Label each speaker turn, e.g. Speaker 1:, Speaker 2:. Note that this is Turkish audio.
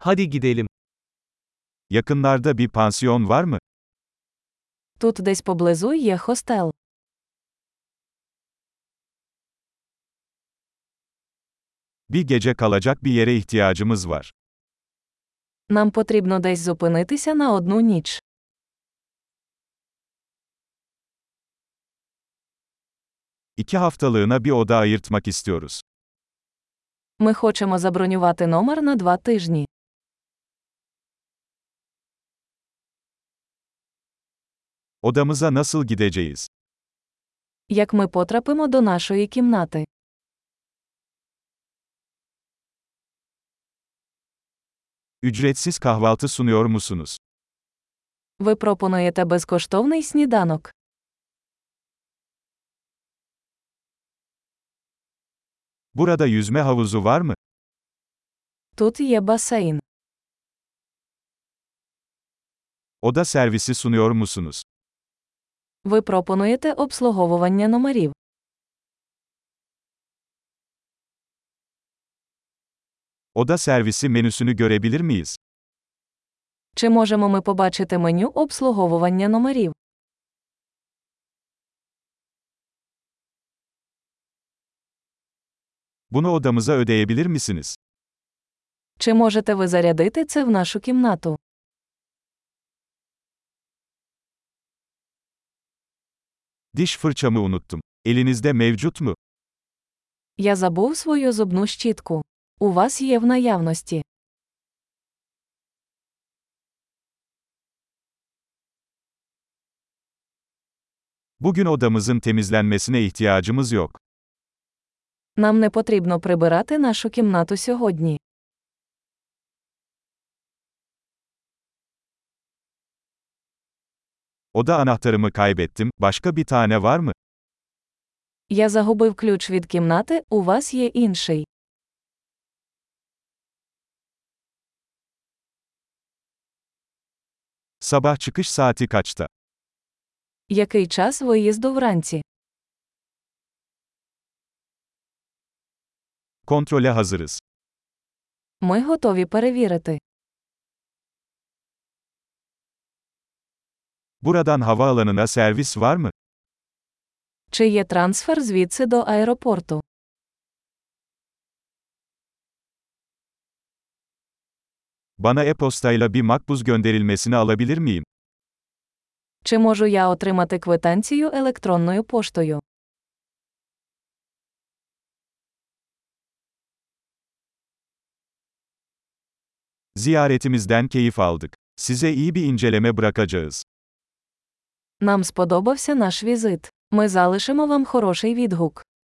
Speaker 1: Hadi gidelim. Yakınlarda bir pansiyon var mı?
Speaker 2: Тут десь поблизу є хостел.
Speaker 1: Bir gece kalacak bir yere ihtiyacımız var.
Speaker 2: Нам потрібно десь зупинитися на одну ніч.
Speaker 1: İki haftalığına bir oda ayırtmak istiyoruz.
Speaker 2: Ми хочемо забронювати номер на два тижні.
Speaker 1: Odamıza nasıl gideceğiz?
Speaker 2: Як ми потрапимо до нашої кімнати?
Speaker 1: Ücretsiz kahvaltı sunuyor musunuz?
Speaker 2: Ви пропонуєте безкоштовний сніданок.
Speaker 1: Burada yüzme havuzu var mı?
Speaker 2: Тут є басейн.
Speaker 1: Oda servisi sunuyor musunuz?
Speaker 2: Ви пропонуєте обслуговування номерів.
Speaker 1: Oda servisi menüsünü görebilir miyiz?
Speaker 2: Чи можемо ми побачити меню обслуговування номерів?
Speaker 1: Bunu odamıza ödeyebilir misiniz?
Speaker 2: Чи можете ви зарядити це в нашу кімнату?
Speaker 1: Diş fırçamı unuttum. Elinizde mevcut mu?
Speaker 2: Я забув свою зубну щітку. У вас є в наявності.
Speaker 1: Bugün odamızın temizlenmesine ihtiyacımız yok.
Speaker 2: Нам не потрібно прибирати нашу кімнату сьогодні.
Speaker 1: Oda anahtarımı kaybettim. Başka bir tane var mı?
Speaker 2: Я загубив ключ від кімнати, у вас є інший.
Speaker 1: Sabah çıkış saati kaçta?
Speaker 2: Який час виїзду вранці?
Speaker 1: Kontrole hazırız.
Speaker 2: Ми готові перевірити.
Speaker 1: Buradan havaalanına servis var mı?
Speaker 2: Чи є трансфер звідси до аеропорту?
Speaker 1: Bana e-postayla bir makbuz gönderilmesini alabilir miyim?
Speaker 2: Чи можу я отримати квитанцію електронною поштою?
Speaker 1: Ziyaretimizden keyif aldık. Size iyi bir inceleme bırakacağız.
Speaker 2: Нам сподобався наш візит. Ми залишимо вам хороший відгук.